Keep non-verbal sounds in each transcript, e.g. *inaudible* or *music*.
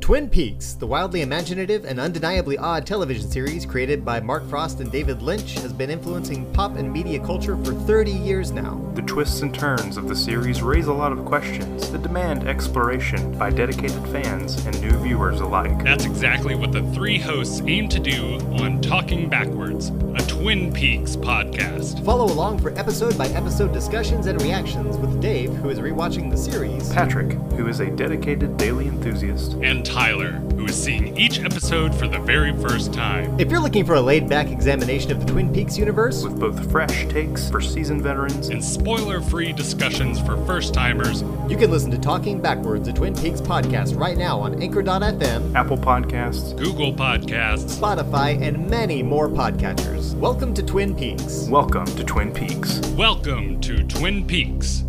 Twin Peaks, the wildly imaginative and undeniably odd television series created by Mark Frost and David Lynch, has been influencing pop and media culture for 30 years now. The twists and turns of the series raise a lot of questions that demand exploration by dedicated fans and new viewers alike. That's exactly what the three hosts aim to do on Talking Backwards, a Twin Peaks podcast. Follow along for episode by episode discussions and reactions with Dave, who is rewatching the series. Patrick, who is a dedicated daily enthusiast, And Tyler, who is seeing each episode for the very first time. If you're looking for a laid back examination of the Twin Peaks universe, with both fresh takes for seasoned veterans And spoiler free discussions for first timers, you can listen to Talking Backwards, a Twin Peaks podcast, right now on Anchor.fm, Apple Podcasts. Google Podcasts, Spotify, and many more podcatchers. Welcome to Twin Peaks. Welcome to Twin Peaks. welcome to Twin Peaks.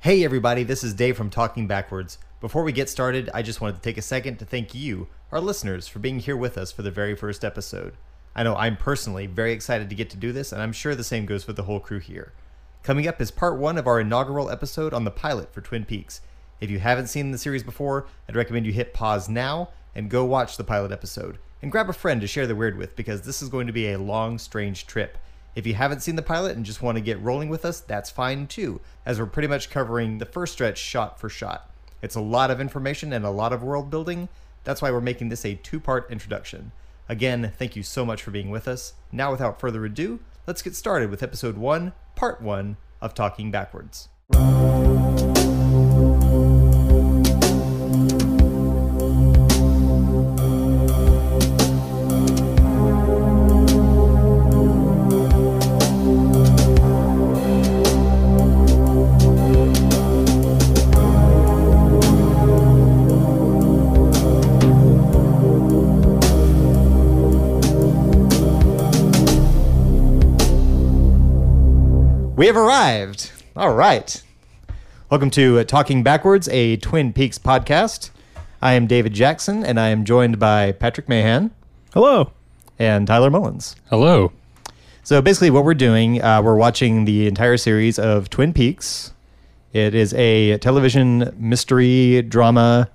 Hey, everybody, this is Dave from Talking Backwards. Before we get started, I just wanted to take a second to thank you, our listeners, for being here with us for the very first episode. I know I'm personally very excited to get to do this, and I'm sure the same goes for the whole crew here. Coming up is part one of our inaugural episode on the pilot for Twin Peaks. If you haven't seen the series before, I'd recommend you hit pause now and go watch the pilot episode. And grab a friend to share the weird with because this is going to be a long, strange trip. If you haven't seen the pilot and just want to get rolling with us, that's fine too, as we're pretty much covering the first stretch shot for shot. It's a lot of information and a lot of world building. That's why we're making this a two part introduction. Again, thank you so much for being with us. Now, without further ado, let's get started with episode one, part one of Talking Backwards. We have arrived. All right. Welcome to uh, Talking Backwards, a Twin Peaks podcast. I am David Jackson, and I am joined by Patrick Mahan Hello. and Tyler Mullins. Hello. So basically, what we're doing, uh, we're watching the entire series of Twin Peaks. It is a television mystery drama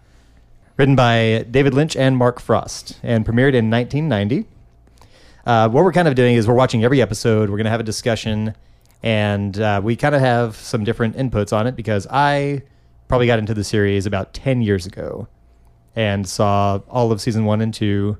written by David Lynch and Mark Frost and premiered in 1990. Uh, what we're kind of doing is we're watching every episode, we're going to have a discussion, and uh, we kind of have some different inputs on it because I probably got into the series about 10 years ago and saw all of season one and two,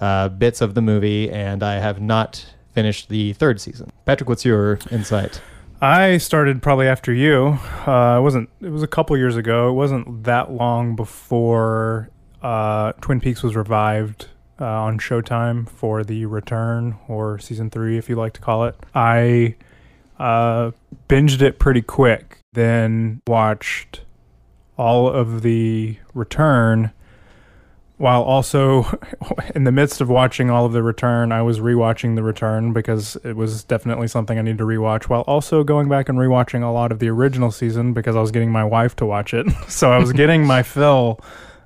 uh, bits of the movie, and I have not finished the third season. Patrick, what's your insight? I started probably after you. Uh, it wasn't. It was a couple years ago. It wasn't that long before uh, Twin Peaks was revived uh, on Showtime for the return or season three, if you like to call it. I uh, binged it pretty quick. Then watched all of the return while also *laughs* in the midst of watching all of the return i was rewatching the return because it was definitely something i needed to rewatch while also going back and rewatching a lot of the original season because i was getting my wife to watch it *laughs* so i was getting my fill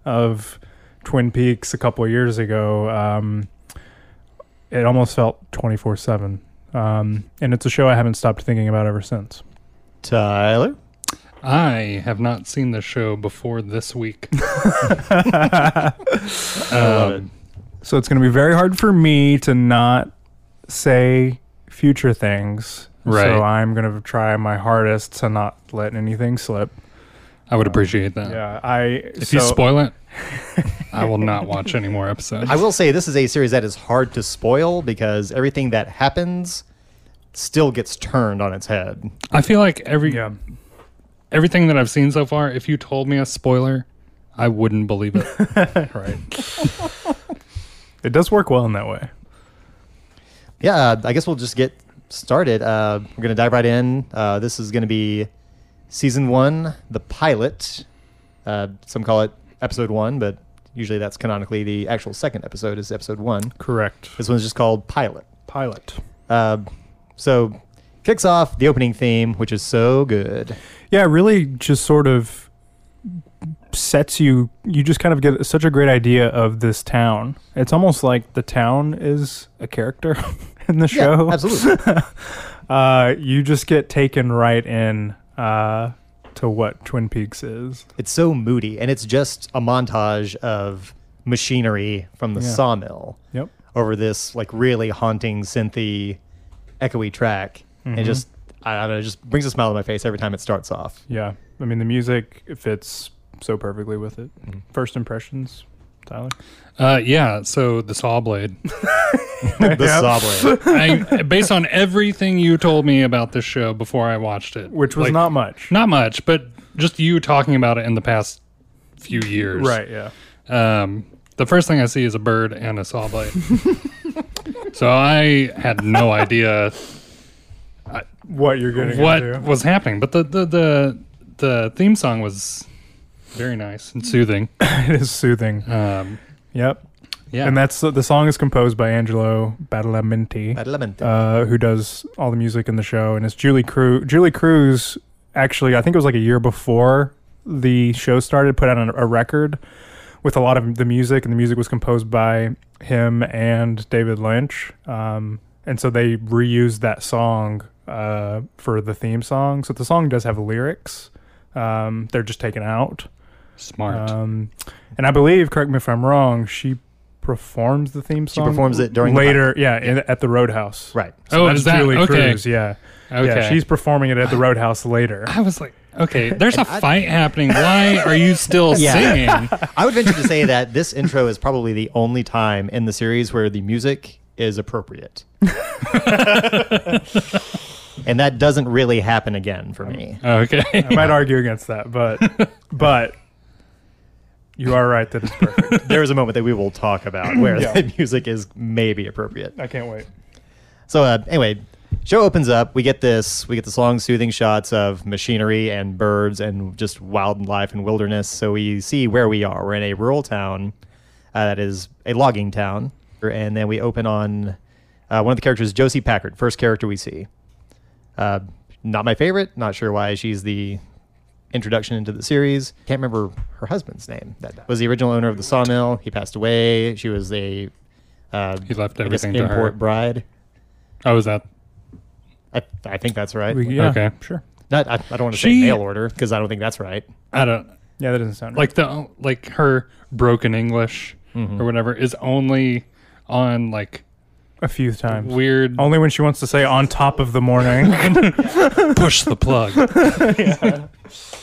of twin peaks a couple of years ago um, it almost felt 24-7 um, and it's a show i haven't stopped thinking about ever since Tyler? I have not seen the show before this week. *laughs* um, So it's going to be very hard for me to not say future things. Right. So I'm going to try my hardest to not let anything slip. I would appreciate that. Yeah. I. If you spoil it, I will not watch any more episodes. I will say this is a series that is hard to spoil because everything that happens still gets turned on its head. I feel like every *laughs* Yeah. everything that I've seen so far, if you told me a spoiler, I wouldn't believe it. *laughs* Right. it does work well in that way. Yeah, uh, I guess we'll just get started. Uh, we're going to dive right in. Uh, this is going to be season one, the pilot. Uh, some call it episode one, but usually that's canonically the actual second episode is episode one. Correct. This one's just called Pilot. Pilot. Uh, so kicks off the opening theme, which is so good. Yeah, it really just sort of sets you you just kind of get such a great idea of this town. It's almost like the town is a character *laughs* in the show. *laughs* absolutely. uh you just get taken right in uh to to what Twin Peaks is. It's so moody, and it's just a montage of machinery from the Yeah. sawmill Yep. over this like really haunting synthy, echoey track, and Mm-hmm. it just I don't know, it just brings a smile to my face every time it starts *laughs* off. Yeah. I mean, the music fits so perfectly with it. Mm-hmm. First impressions, Tyler. Uh, yeah, so the saw blade. the saw *laughs* blade. I, based on everything you told me about this show before I watched it, Which was like, not much. not much, but just you talking about it in the past few years, Right. Yeah. Um, the first thing I see is a bird and a saw *laughs* blade. so I had no idea What you're going to what was happening, but the the the, the theme song was very nice and soothing. *laughs* It is soothing. Um, Yep. yeah, And that's the song is composed by Angelo Badalamenti. Badalamenti. uh, who does all the music in the show, and it's Julie Crew. Julie Cruz actually, I think it was like a year before the show started, put out an, a record with a lot of the music, and the music was composed by him and David Lynch. Um, and so they reused that song uh, for the theme song. So the song does have lyrics. Um, they're just taken out. smart. Um, and I believe, correct me if I'm wrong, she performs the theme She song. performs it during the later, yeah, in, at the Roadhouse. right. oh, is that Julie okay? Cruz, yeah. Okay, Yeah, she's performing it at the Roadhouse later. I was like, okay, there's a I- fight happening. Why are you still Yeah. singing? I would venture to say that this intro is probably the only time in the series where the music is appropriate. and that doesn't really happen again for me. Okay. *laughs* I might argue against that, but but you are right that *laughs* it's perfect. There is a moment that we will talk about where Yeah. the music is maybe appropriate. I can't wait. So uh, anyway, show opens up. We get this. We get this long, soothing shots of machinery and birds and just wildlife and wilderness. So we see where we are. We're in a rural town uh, that is a logging town, and then we open on uh, one of the characters, Josie Packard, first character we see. Uh, not my favorite. Not sure why she's the introduction into the series. Can't remember her husband's name. That was the original owner of the sawmill. He passed away. She was a uh, He left I guess, everything to import her. bride. Oh, is that I, I think that's right. We- yeah, Okay. sure. Not, I, I don't want to She- say mail order because I don't think that's right. I don't Yeah, that doesn't sound right. like the like her broken English or whatever is only on like a few times. weird *laughs* Only when she wants to say "on top of the morning." push the plug.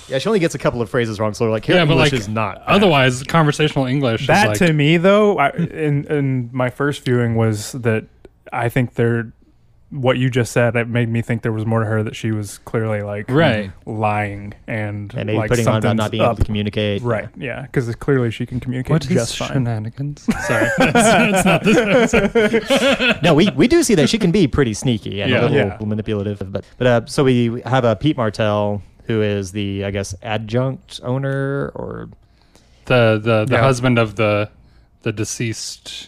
Yeah, she only gets a couple of phrases wrong, so like, here yeah, but English like is not. bad. otherwise conversational English that is like to me, though, I, in in my first viewing was that I think there, what you just said, it made me think there was more to her that she was clearly like Right. lying and and maybe like putting on about something's not being up. able to communicate. Right. Yeah. Because clearly she can communicate what is just fine. shenanigans? Sorry, *laughs* that's not this. *laughs* No, we, we do see that she can be pretty sneaky and Yeah. a little Yeah. manipulative. But but uh, so we have uh, Pete Martell, who is the I guess adjunct owner or The the the Yeah. husband of the the deceased.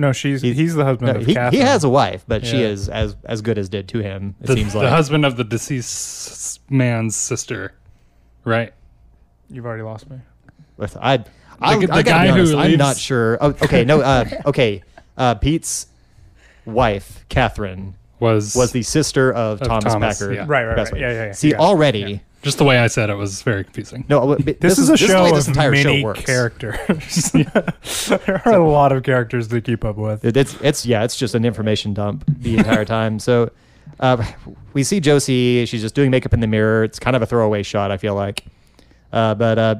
No, she's He's- he's, the husband no, of he, he Catherine. has a wife, but she Yeah. is as as good as did to him. It The, seems the like husband of the deceased man's sister, right? You've already lost me. With- I, I, The- the I guy guy who honest, I'm leaves- not sure. Oh, okay, no. *laughs* Uh, okay, uh, Pete's wife, Catherine, Was was the sister of, Thomas, Thomas, Packard. yeah. Right, right, Best right. way. Yeah, yeah, yeah. See, Yeah. already, just the way I said it was very confusing. no. uh, but This, is a this the show way of this entire many show works. *laughs* characters. there are a lot of characters to keep up with. It- It's it's yeah, it's just an information dump the entire time. So, uh, we see Josie. She's just doing makeup in the mirror. It's kind of a throwaway shot. I feel like, uh, but uh,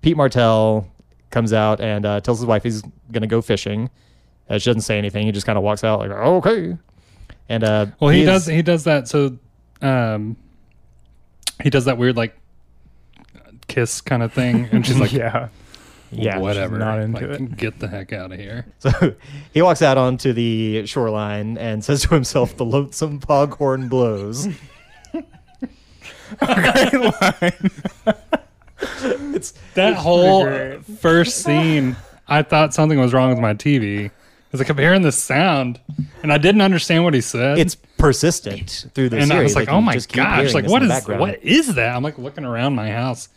Pete Martell comes out and uh, tells his wife he's gonna go fishing. Uh, she doesn't say anything. He just kind of walks out like okay, and uh, Well, he, is- does. He does that. So, um, he does that weird like kiss kind of thing, and *laughs* she's like, yeah. yeah, whatever, not into Like, it. Get the heck out of here. *laughs* So he walks out onto the shoreline and says to himself, "The lonesome foghorn blows." *laughs* *laughs* That whole great. first *laughs* scene, I thought something was wrong with my TV because I kept hearing the sound, and I didn't understand what he said. It's persistent through the and series. I was like, you "Oh my just keep hearing gosh! Like, this what in the is background. what is that?" I'm like looking around my house,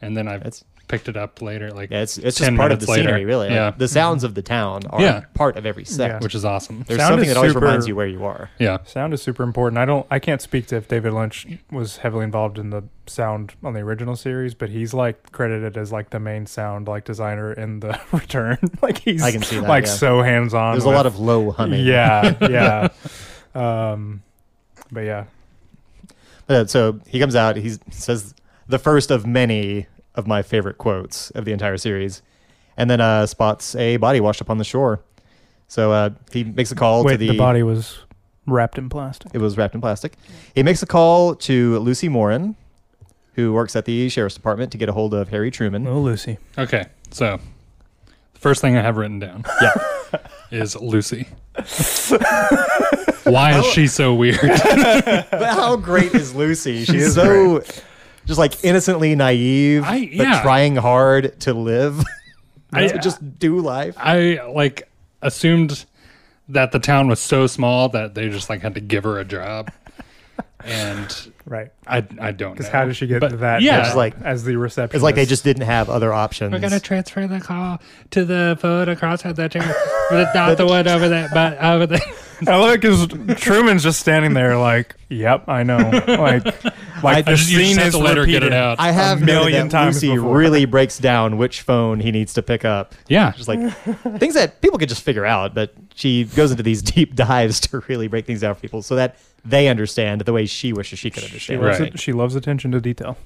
and then I That's- picked it up later. Like Yeah, it's it's 10 just part of minutes the later. scenery, really. Like, Yeah, the sounds of the town are Yeah. part of every set. which is awesome. There's Sound something is that always super- reminds you where you are. yeah, Sound is super important. I don't I can't speak to if David Lynch was heavily involved in the sound on the original series, but he's like credited as like the main sound like designer in the *laughs* return. like he's I can see that, like yeah. so hands on. There's a lot of low humming. *laughs* *laughs* Yeah, yeah. um but yeah. Uh, so he comes out. He says the first of many of my favorite quotes of the entire series, and then uh, spots a body washed up on the shore. So uh, he makes a call Wait, to the, the body was wrapped in plastic. It was wrapped in plastic. He makes a call to Lucy Morin, who works at the sheriff's department, to get a hold of Harry Truman. Oh Lucy. Okay, so the first thing I have written down Yeah. *laughs* is Lucy. Why is she so weird? But how great is Lucy? She's, is so just like innocently naive, I- but yeah. trying hard to live, *laughs* I- *laughs* just do life. I like assumed that the town was so small that they just like had to give her a job, and Right. I I don't know. Because how did she get But that Yeah, job like- as the receptionist? It's like they *laughs* just didn't have other options. We're gonna transfer the call to the phone across at the chair, but not the one over there, but over there. I love because Truman's just standing there, like, "Yep, I *laughs* know." Like, like I the just, you scene just have is to let her get it repeated. out. I have million million times times Lucy before. really breaks down which phone he needs to pick up. yeah, Just like things that people could just figure out, but she goes into these *laughs* deep dives to really break things down for people so that they understand the way she wishes she could She understand. loves, Right. it, she loves attention to detail.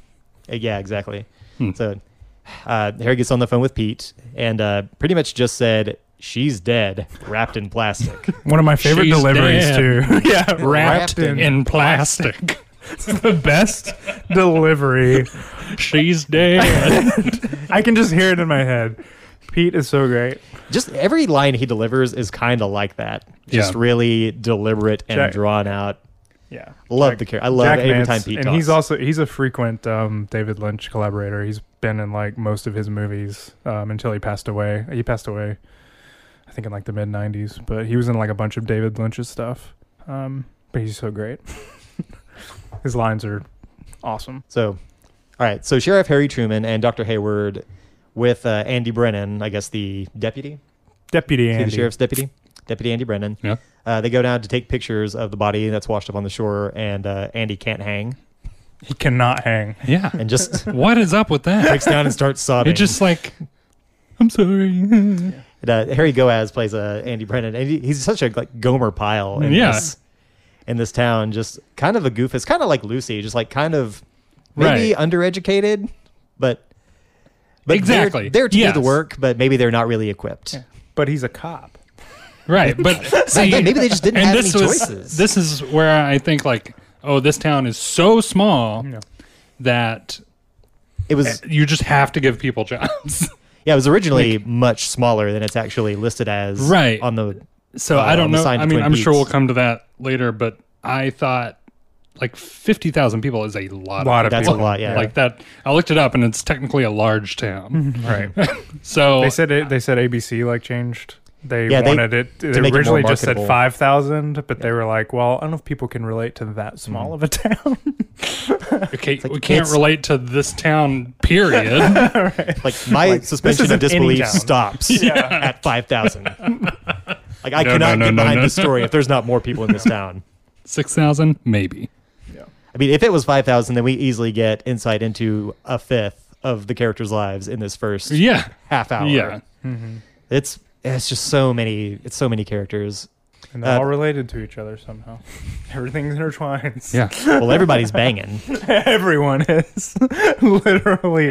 Uh, Yeah, exactly. Hmm. So uh, Harry gets on the phone with Pete and uh, pretty much just said, She's dead, wrapped in *laughs* plastic. One of my favorite She's deliveries dead. too. *laughs* yeah, Wrapped wrapped, in, in plastic. *laughs* the best delivery. She's dead. *laughs* I can just hear it in my head. Pete is so great. just every line he delivers is kind of like that. Just Yeah. really deliberate and Jack- drawn out. Yeah, Love the character. I love Jack every Nance, time Pete and talks. he's also he's a frequent um, David Lynch collaborator. He's been in like most of his movies um, until he passed away. He passed away, I think, in like the mid '90s. But he was in like a bunch of David Lynch's stuff. Um, but he's so great. *laughs* his lines are awesome. So, all right. So Sheriff Harry Truman and Dr. Hayward with uh, Andy Brennan, I guess the deputy, Deputy the Andy. sheriff's deputy, Deputy Andy Brennan. Yeah. Uh, they go down to take pictures of the body that's washed up on the shore, and uh, Andy can't hang He cannot hang. yeah. and *laughs* just What is up with that? breaks down and starts sobbing. It just like, I'm sorry. And, uh, Harry Goaz plays uh, Andy Brennan, and he, he's such a like Gomer Pyle in Yeah. this in this town. Just kind of a goof. It's kind of like Lucy, just like kind of maybe undereducated, but but Exactly. they're, they're to do Yes. the work, but maybe they're not really equipped. But he's a cop. *laughs* Right, but see, again, maybe they just didn't and have this any was- choices. This is where I think like, oh, this town is so small Yeah. that It was you just have to give people jobs. *laughs* yeah, it was originally much smaller than it's actually listed as Right. on the So uh, I on don't the know. sign I to mean, Twin I'm sure Peaks. we'll come to that later, but I thought like 50,000 people is a lot, Lot of that's people. a lot, yeah. Like that I looked it up and it's technically a *laughs* large town. Right. *laughs* So They said it, they said ABC like changed. They Yeah, they- wanted it. They make it more originally just said marketable. five thousand, but they were like, "Well, I don't know if people can relate to Mm-hmm. that small of a *laughs* town." okay, we like, can't it's- relate to this town period. *laughs* like my suspension of isn't any disbelief town. stops at five thousand. Like I No, no, cannot no, get no, behind no. this story if there's not more people *laughs* in this town. 6,000 maybe. I mean, if it was five thousand, then we easily get insight into a fifth of the characters' lives in this first Yeah. half hour. Yeah. it's it's just so many, it's so many characters. And they're Uh, all related to each *laughs* other somehow. Everything's intertwined. Yeah. Well, everybody's banging. *laughs* Everyone is *laughs* literally.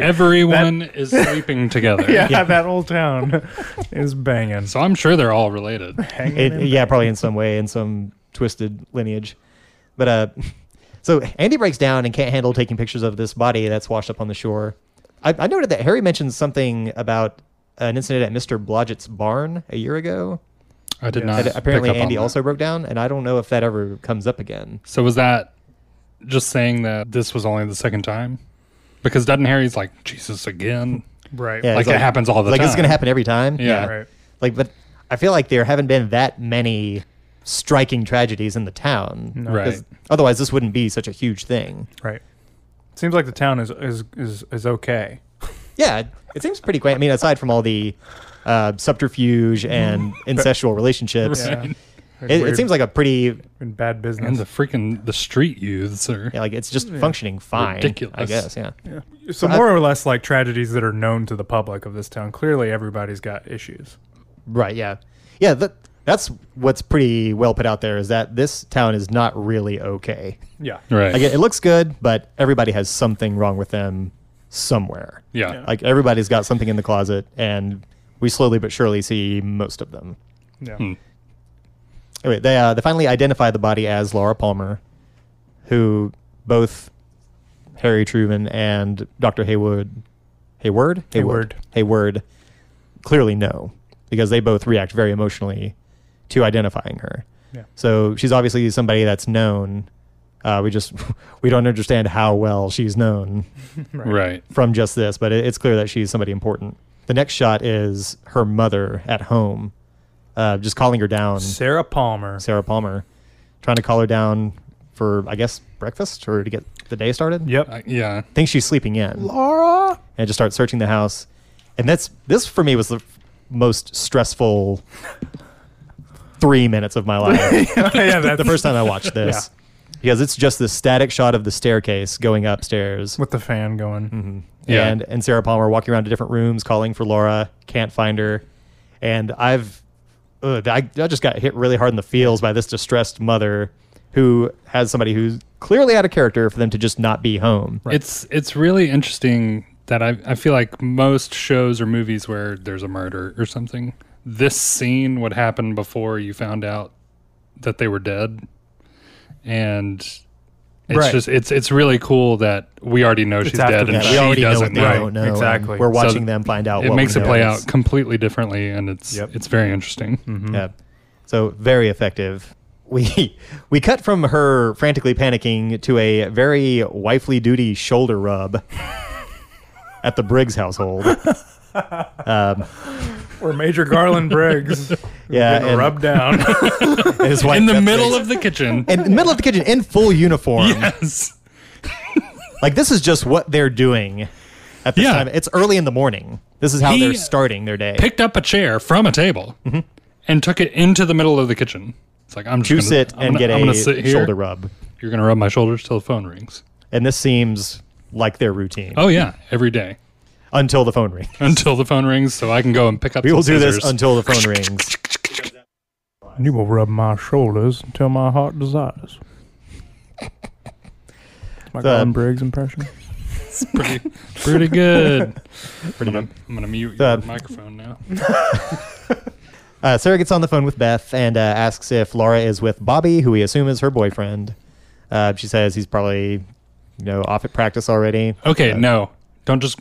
*laughs* Everyone is sleeping together. *laughs* yeah, yeah. that whole town *laughs* is banging. So I'm sure they're all related. Hanging It- in yeah, probably in some way, in some twisted lineage. But uh, so Andy breaks down and can't handle taking pictures of this body that's washed up on the shore. I, I noted that Harry mentioned something about an incident at Mr. Blodgett's barn a year ago. I did Yeah. not. And pick apparently, up on Andy that. also broke down, and I don't know if that ever comes up again. So was that just saying that this was only the second time? Because Dud and Harry's like, Jesus again. Right. Yeah, Like, it's it happens all the like time. this is gonna happen every time. Yeah. Right. Like, but I feel like there haven't been that many striking tragedies in the town. No. Right. 'Cause Otherwise, this wouldn't be such a huge thing. Right. Seems like the town is is is, is okay. Yeah, it seems pretty quaint. I mean, aside from all the uh, subterfuge *laughs* and incestual relationships, Yeah. it, it seems like a pretty in bad and business. the freaking the street youths are yeah, like it's just functioning fine. I Ridiculous. guess. Yeah. so more or less like tragedies that are known to the public of this town. Clearly, everybody's got issues. Right. Yeah. Yeah. That, that's what's pretty well put out there is that this town is not really okay. Yeah. right. Like it, it looks good, but everybody has something wrong with them somewhere. yeah. Like everybody's got something in the closet, and we slowly but surely see most of them. Yeah. Hmm. Anyway, they uh, they finally identify the body as Laura Palmer, who both Harry Truman and Doctor Haywood, Hayward, Hayward. Hayward, clearly know because they both react very emotionally to identifying her. Yeah. So she's obviously somebody that's known. Uh, we just *laughs* we don't understand how well she's *laughs* known right. from just this, but it, it's clear that she's somebody important. The next shot is her mother at home, uh, just calling her down. Sarah Palmer. Sarah Palmer, trying to call her down for, I guess, breakfast or to get the day started. Yep. I- yeah. Thinks she's sleeping in. Laura! And just starts searching the house. And that's, this for me was the f- most *laughs* stressful three minutes of my life. *laughs* yeah, that's the first time I *laughs* watched this. Because it's just this static shot of the staircase going upstairs. *laughs* with the fan going. Mm-hmm. Yeah. and and Sarah Palmer walking around to different rooms, calling for Laura, can't find her, and I've, ugh, I, I just got hit really hard in the feels by this distressed mother, who has somebody who's clearly out of character for them to just not be home. It's it's really interesting that I I feel like most shows or movies where there's a murder or something, this scene would happen before you found out that they were dead, and it's Right. just it's it's really cool that we already know she's after dead the and fact. we she already know doesn't what they know. Right, don't know. and exactly. We're So watching th- them find out. It what makes we it know play is- out completely differently, and it's Yep. Mm-hmm. it's very interesting. Yeah. So very effective. *laughs* We we cut from her frantically panicking to a very wifely duty shoulder *laughs* rub at the Briggs household. Um, Or Major Garland Briggs yeah, *laughs* getting and, *laughs* rubbed down. and his wife In the Beth middle Briggs- of the *laughs* kitchen. in the middle of the kitchen in full uniform. yes. Like this is just what they're doing at this Yeah. time. It's early in the morning. This is how He they're starting their day. picked up a chair from a table Mm-hmm. and took it into the middle of the kitchen. It's like I'm just to gonna, sit I'm and gonna- get I'm gonna a sit here. shoulder rub. You're gonna rub my shoulders till the phone rings. And this seems like their routine Oh yeah, every day *laughs* until the phone rings. until the phone rings, so I can go and pick up. We some will do this scissors. until the phone rings. you will rub my shoulders until my heart desires. That's my The- Garland Briggs *laughs* impression. It's *laughs* pretty, pretty good. I'm, gonna, I'm gonna mute your The- microphone now. Uh, Sarah gets on the phone with Beth and uh, asks if Laura is with Bobby, who we assume is her boyfriend. Uh, she says he's probably, you know, off at practice *laughs* already. Okay, no, don't just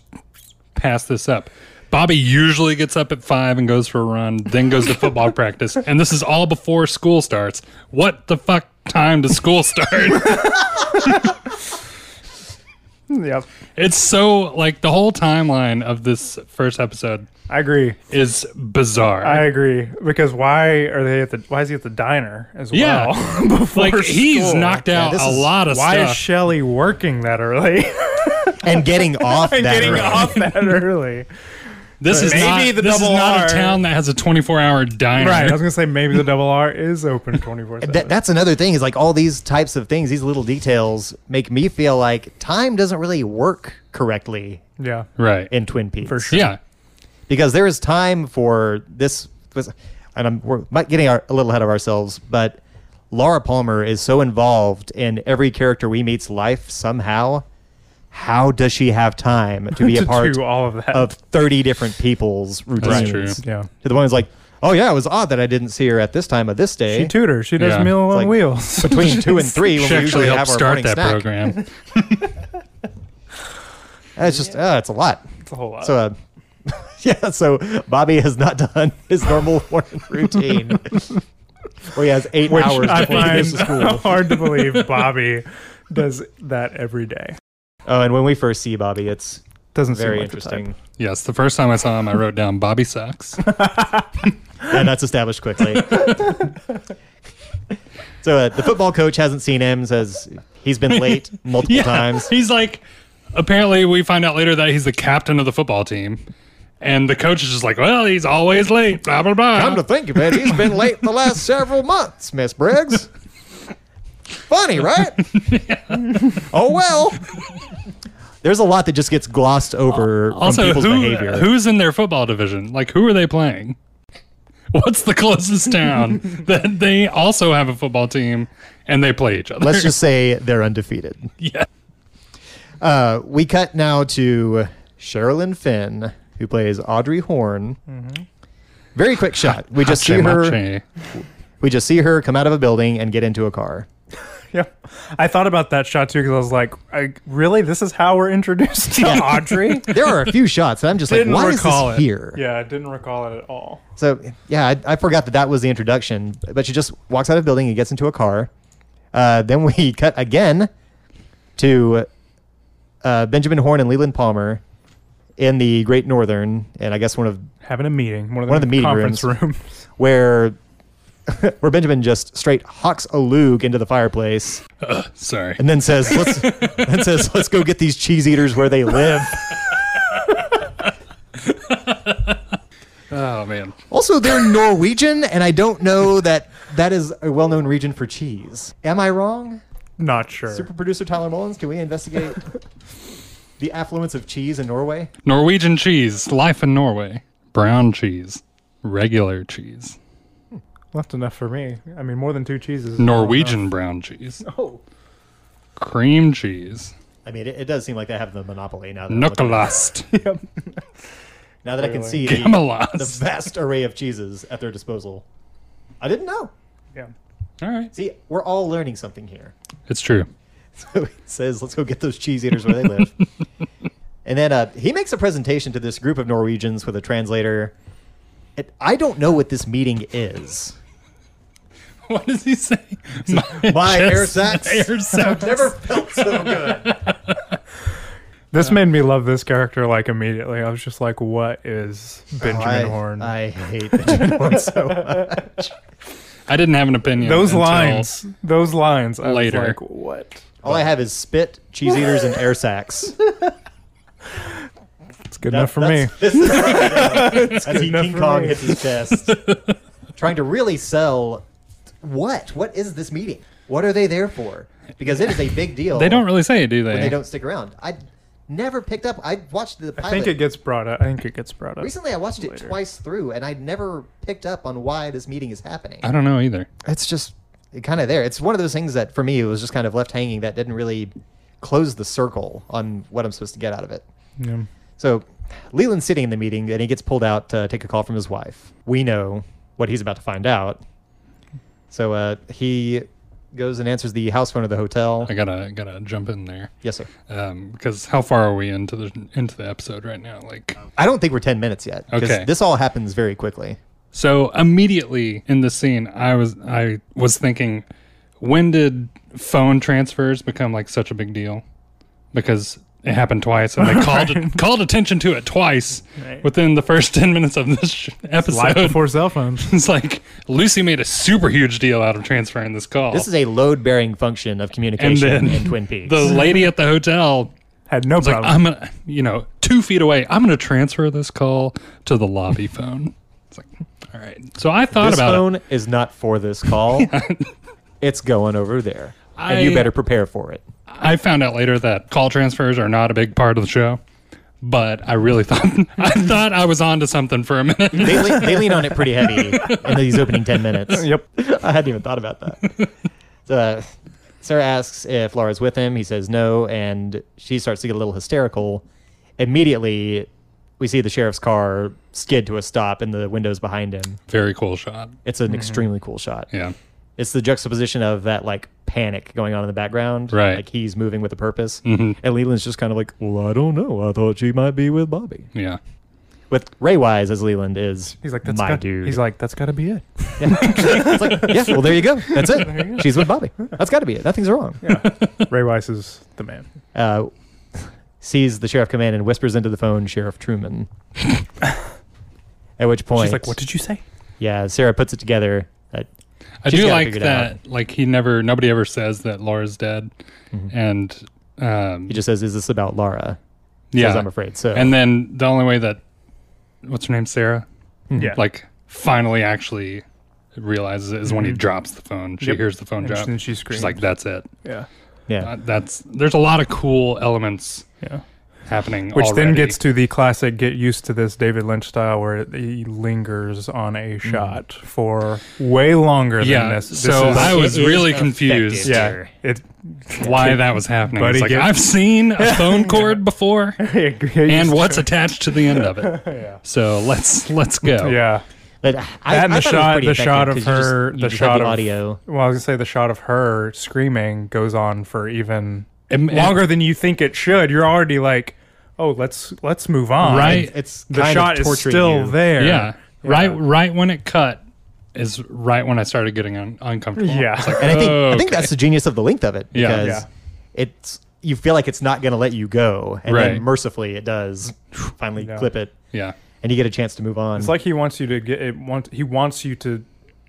pass this up. Bobby usually gets up at five and goes for a run, then goes to *laughs* football practice, and this is all before school starts. What the fuck time does *laughs* school start? yep. It's so like the whole timeline of this first episode I agree. is bizarre. I agree because why are they at the? Why is he at the diner as yeah, well? *laughs* Before like he's school. knocked out this a is- lot of Why is stuff. Shelly working that early? *laughs* And getting off and that getting road. *laughs* off that early. this is Maybe not, the this is double not R. a town that has a 24 hour diner. Right. I was gonna say maybe the double R is open twenty four That, seven. that's another thing is like all these types of things, these little details make me feel like time doesn't really work correctly Yeah. right. in Twin Peaks. For sure. yeah, because there is time for this. this- And I'm we're might getting our, a little ahead of ourselves, but Laura Palmer is so involved in every character we meet's life somehow. How does she have time to be *laughs* To a part do all of that. of 30 different people's routines? true. Yeah. To the one who's like, oh, yeah, it was odd that I didn't see her at this time of this day. She tutors. She does Yeah. meal It's on like wheels. *laughs* between *laughs* two and three when she we usually actually have helped our start morning that snack. *laughs* program. It's just, uh, it's a lot. It's a whole lot. So, uh, *laughs* yeah, so Bobby has not done his *laughs* normal morning routine. *laughs* Where he has eight which hours I before he find *laughs* goes to school. hard to *laughs* believe Bobby does that every day. Oh, and when we first see Bobby, it's Doesn't seem very like interesting. yes, the first time I saw him, I wrote down *laughs* Bobby sucks. and that's established *laughs* quickly. so uh, the football coach hasn't seen him, says he's been late multiple *laughs* yeah, times. *laughs* he's like, apparently we find out later that he's the captain of the football team. And the coach is just like, well, he's always late, blah, blah, blah. Come to think of it, he's been late the last several months, Miss Briggs. Funny, right? Oh well. There's a lot that just gets glossed over from also, people's who, behavior. who's in their football division? Like, who are they playing? *laughs* What's the closest town that they also have a football team and they play each other? Let's *laughs* just say they're undefeated. yeah. Uh, we cut now to Sherilyn Finn, who plays Audrey Horn. Very quick shot. We just see her. Hachemache. We just see her come out of a building and get into a car. Yeah, I thought about that shot too because I was like, I, "Really, this is how we're introduced to Audrey?" There are a few shots that I'm just like, didn't why is recall this it. here? Yeah, I didn't recall it at all. So yeah, I, I forgot that that was the introduction. But she just walks out of the building and gets into a car. Uh, then we *laughs* cut again to uh, Benjamin Horn and Leland Palmer in the Great Northern, and I guess one of Having a meeting, one of the, One of the meeting conference rooms. rooms. where *laughs* where Benjamin just straight hawks a lug into the fireplace Sorry. and then says, "Let's," *laughs* and says, "Let's go get these cheese eaters where they live." Oh, man. Also, they're Norwegian, and I don't know that that is a well-known region for cheese. Am I wrong? Not sure. Super producer Tyler Mullins, can we *laughs* investigate the affluence of cheese in Norway? Norwegian cheese, life in Norway. Brown cheese, regular cheese, Left enough for me. I mean, more than two cheeses. is not Norwegian brown cheese, enough. Oh, cream cheese, I mean, it, it does seem like they have the monopoly now. That I'm looking- Nuckalast, *laughs* yep. now that I can see the, the Gamalast. vast array of cheeses at their disposal. I didn't know. Yeah. All right. See, we're all learning something here. *laughs* It's true. So he says, "Let's go get those cheese eaters where they live." and then uh, he makes a presentation to this group of Norwegians with a translator. It, I don't know what this meeting is. What does he say? *laughs* My, My air chest- sacs. air sacs. *laughs* Never felt so good. This made me love this character like immediately. I was just like, "What is Benjamin Oh, I, Horn?" I hate Benjamin Horn *laughs* so much. I didn't have an opinion. those until- *laughs* lines, those lines. I was later. like, what? All I have is spit, cheese eaters, and air *laughs* sacs. It's good enough for me. This is *laughs* as he enough King for Kong me. hits his chest, *laughs* trying to really sell what? What is this meeting? What are they there for? Because it is a big deal. They don't really say it, do they? when they don't stick around. I never picked up. I watched the pilot. I think it gets brought up. I think it gets brought up. Recently, I watched it later. twice through, and I never picked up on why this meeting is happening. I don't know either. It's just kind of there. It's one of those things that, for me, it was just kind of left hanging. That didn't really close the circle on what I'm supposed to get out of it. Yeah. So, Leland's sitting in the meeting, and he gets pulled out to take a call from his wife. We know what he's about to find out. So uh, he goes and answers the house phone of the hotel. I gotta gotta jump in there Yes, sir. because how far are we into the into the episode right now? Like, I don't think we're ten minutes yet. 'cause Okay. This all happens very quickly. so immediately in the scene, I was I was thinking, when did phone transfers become like such a big deal? Because it happened twice, and they called called attention to it twice Right. within the first *laughs* ten minutes of this sh- Life episode. before cell phones. It's like Lucy made a super huge deal out of transferring this call. This is a load bearing function of Oh. and communication then in Twin Peaks. *laughs* *laughs* the lady at the hotel Had no was like, problem. "I'm gonna, you know, two feet away. I'm gonna transfer this call to the lobby phone." It's like, all right. So I thought this about phone is not for this *laughs* call. It's going over there. and I- you better prepare for it. it. I found out later that call transfers are not a big part of the show, but I really *laughs* thought I thought I was onto something for a minute. *laughs* They, le- they lean on it pretty heavy in these opening 10 *laughs* minutes. yep. I hadn't even thought about that. So, uh, Sarah asks if Laura's with him. He says no, and she starts to get a little hysterical. Immediately, we see the sheriff's car skid to a stop and the windows behind him. Very cool shot. It's an extremely cool shot. Yeah. it's the juxtaposition of that like panic going on in the background. Right. Mm-hmm. Like he's moving with a purpose. And Leland's just kind of like, well, I don't know. I thought she might be with Bobby. Yeah. With Ray Wise as Leland is He's like, that's my got, dude. *laughs* He's like, that's got to be it. it's like, yeah, well, there you go. That's it. She's with *laughs* Bobby. That's got to be it. Nothing's wrong. Ray Weiss is the man. Uh, sees the sheriff come in and whispers into the phone, Sheriff Truman. At which point, She's like, what did you say? yeah, Sarah puts it together. That I She's do gotta like figure it out. that. Like he never, nobody ever says that Laura's dead, and Um, Mm-hmm. He just says, "Is this about Lara?" He says, yeah, I'm afraid so. and then the only way that what's her name, Sarah, Yeah. Hmm. like finally actually realizes it is when he drops the phone. She Mm-hmm. Yep. hears the phone And drop. then she She's like, screams. "That's it." yeah. yeah, Uh, that's there's a lot of cool elements Yeah. happening, Which then already. gets to the classic get used to this David Lynch style where it, he lingers on a Mm. shot for way longer yeah. than this. This so is- I was It is really effective. confused. yeah, it, *laughs* why that was happening. Buddy It's like gets- I've seen *laughs* a phone cord before, and what's attached to the end of *laughs* it. So let's let's go. yeah. but I, That and I the thought it was shot- pretty the effective shot of 'cause you just- her- you the just had shot the of- audio. Well, I was gonna say the shot of her screaming goes on for even Im- im- longer than you think it should. You're already like, oh, let's let's move on. Right. It's- It's The kind of shot is torturing still you. there. yeah. Right. Right when it cut is right when I started getting un- uncomfortable. Yeah. It's like, And I think I think okay. that's the genius of the length of it Yeah. because Yeah. it's you feel like it's not going to let you go, and Right. then mercifully it *sighs* does finally Yeah. clip it, yeah. and you get a chance to move on. It's like he wants you to get it. Want he wants you to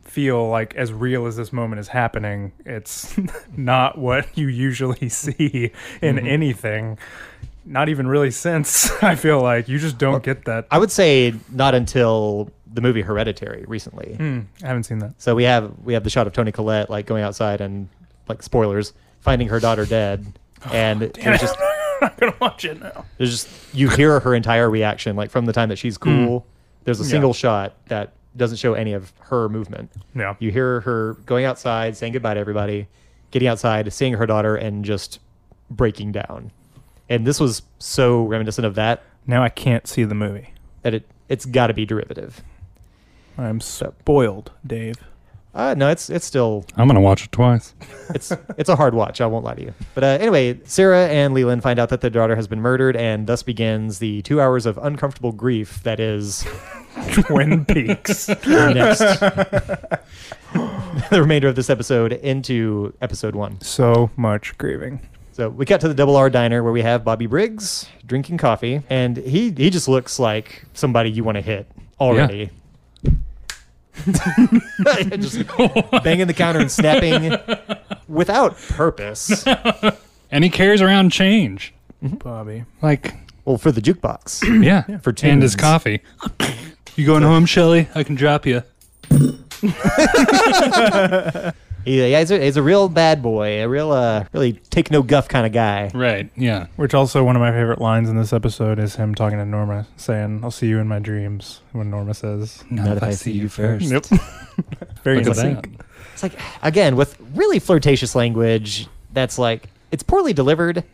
feel like as real as this moment is happening. It's *laughs* not what you usually *laughs* see in anything. Not even really since *laughs* I feel like you just don't get that. I would say not until the movie Hereditary recently. Hmm, I haven't seen that. So we have we have the shot of Tony Collette like going outside and like spoilers finding her daughter *sighs* dead, Oh, and there's just I'm not gonna *laughs* watch it now. there's just you hear her entire reaction like from the time that she's cool. There's a single shot that doesn't show any of her movement. No. You hear her going outside, saying goodbye to everybody, getting outside, seeing her daughter, and just breaking down. And this was so reminiscent of that Now I can't see the movie. that it it's got to be derivative. I'm spoiled, Dave. Uh, no, it's it's still I'm gonna watch it *laughs* twice. it's it's a hard watch. I won't lie to you. But uh, anyway, Sarah and Leland find out that their daughter has been murdered, and thus begins the two hours of uncomfortable grief that is Twin Peaks. the next *laughs* the remainder of this episode into episode one. so much grieving. So we got to the Double R Diner where we have Bobby Briggs drinking coffee, and he he just looks like somebody you want to hit already. *laughs* just banging the counter and snapping without purpose. And he carries around change, Bobby. *clears throat* like Well, for the jukebox. yeah, For and his tunes. coffee. You going home, Shelly? I can drop you. He- yeah, he's a, he's a real bad boy, a real, uh, really take no guff kind of guy. Right. Yeah. Which also one of my favorite lines in this episode is him talking to Norma, saying, "I'll see you in my dreams." When Norma says, Not, if I, see you first. "Nope." *laughs* Very Look in at sync. that. It's like again with really flirtatious language. That's like it's poorly delivered,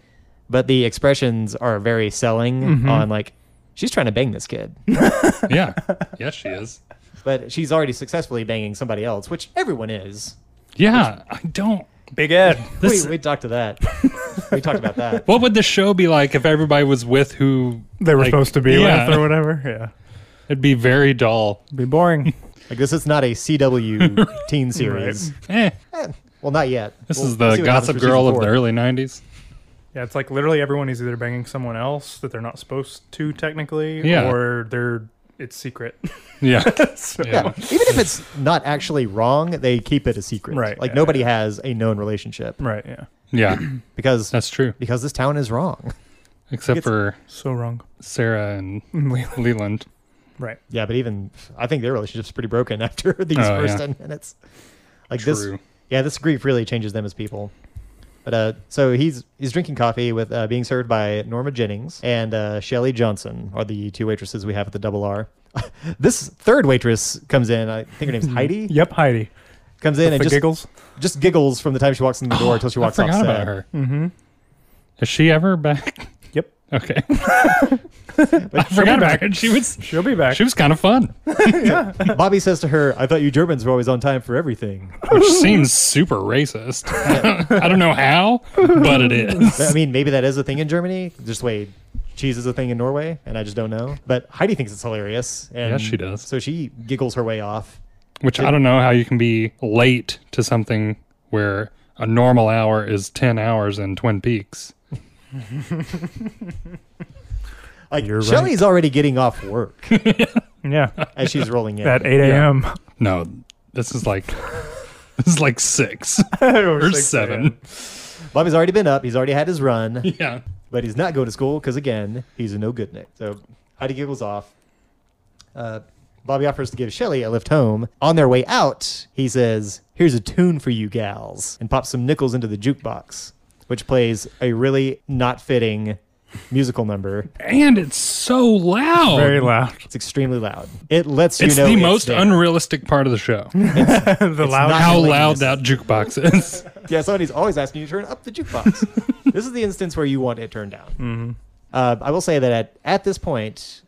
but the expressions are very selling Mm-hmm. on like she's trying to bang this *laughs* kid, *laughs* Yeah. Yes, she is. but she's already successfully banging somebody else, which everyone is. Yeah. I don't. Big *laughs* Ed. This, we we talked to *laughs* that. we talked about that. What would the show be like if everybody was with who They were like, supposed to be yeah. with or whatever. Yeah. It'd be very dull. *laughs* Be boring. Like this is not a CW teen series. Eh, Eh, well, not yet. this We'll- is we'll the see what happens Gossip for season Girl of four. the *laughs* early '90s. yeah, it's like literally everyone is either banging someone else that they're not supposed to technically, Yeah. or they're it's secret. *laughs* Yeah, Yeah. yeah. Even if it's not actually wrong, they keep it a secret. Right, Like yeah, nobody has a known relationship right. Yeah. yeah, because that's true. because this town is wrong. Except It's- for So wrong. Sarah *laughs* and Mm, Leland. Leland. *laughs* Right. Yeah, but even I think their relationship's pretty broken *laughs* after these Oh, first yeah. ten minutes. Like True. this, yeah, this grief really changes them as people. But uh, so he's he's drinking coffee with uh, being served by Norma Jennings and uh, Shelly Johnson are the two waitresses we have at the Double R. *laughs* this third waitress comes in. I think her Hmm. name's Heidi. Yep. Heidi. Comes in The and just giggles. just giggles from the time she walks *gasps* in the door till she I walks off forgot set. about her. Mm-hmm. Is she ever back? Yep. *laughs* Okay, *laughs* I forgot about her. She was She'll be back. she was kind of fun, Bobby says to her, I thought you Germans were always on time for everything. *laughs* which seems super racist. *laughs* I don't know how, but *laughs* it is. I mean, maybe that is a thing in Germany, just the way cheese is a thing in Norway, and I just don't know. But Heidi thinks it's hilarious. And Yeah, she does. So she giggles her way off. Which I don't know how you can be late to something where a normal hour is ten hours in Twin Peaks. Like, Shelly's already getting off work *laughs* yeah. as she's *laughs* rolling in. At 8 a.m. No, *laughs* this is like this is like six Or *laughs* or 6 seven. a.m. Bobby's already been up. He's already had his run, *laughs* Yeah. but he's not going to school because again, he's a no good Nick. So Heidi giggles off. Uh, Bobby offers to give Shelly a lift home. On their way out, he says, "Here's a tune for you gals," and pops some nickels into the jukebox, which plays a really not fitting musical number. And it's so loud. Very loud. *laughs* It's extremely loud. It lets you It's know the most there. unrealistic part of the show. the loud. not- How Unrealistic. loud that jukebox *laughs* is. *laughs* Yeah, somebody's always asking you to turn up the jukebox. this is the instance where you want it turned down. Uh, I will say that at, at this point,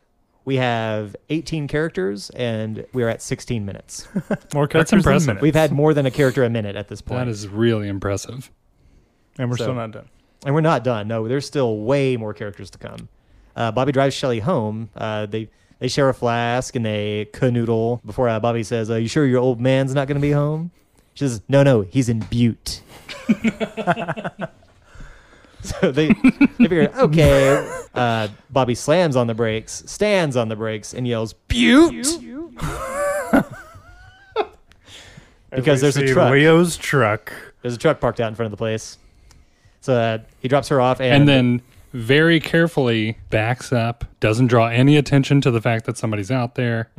we have 18 characters and we're at 16 minutes. More characters than impressive. minutes. We've had more than a character a minute at this point. That is really impressive. and we're so- still not done. and we're not done. No, there's still way more characters to come. Uh, Bobby drives Shelly home. Uh, they they share a flask and they canoodle before uh, Bobby says, "Are you sure your old man's not going to be home?" She says, "No, no, he's in Butte." *laughs* so they they figure, okay. Uh, Bobby slams on the brakes, stands on the brakes, and yells, "Butte!" because We there's a see truck. Leo's truck. There's a truck parked out in front of the place. So uh, he drops her off, and, And then very carefully backs up, doesn't draw any attention to the fact that somebody's out there,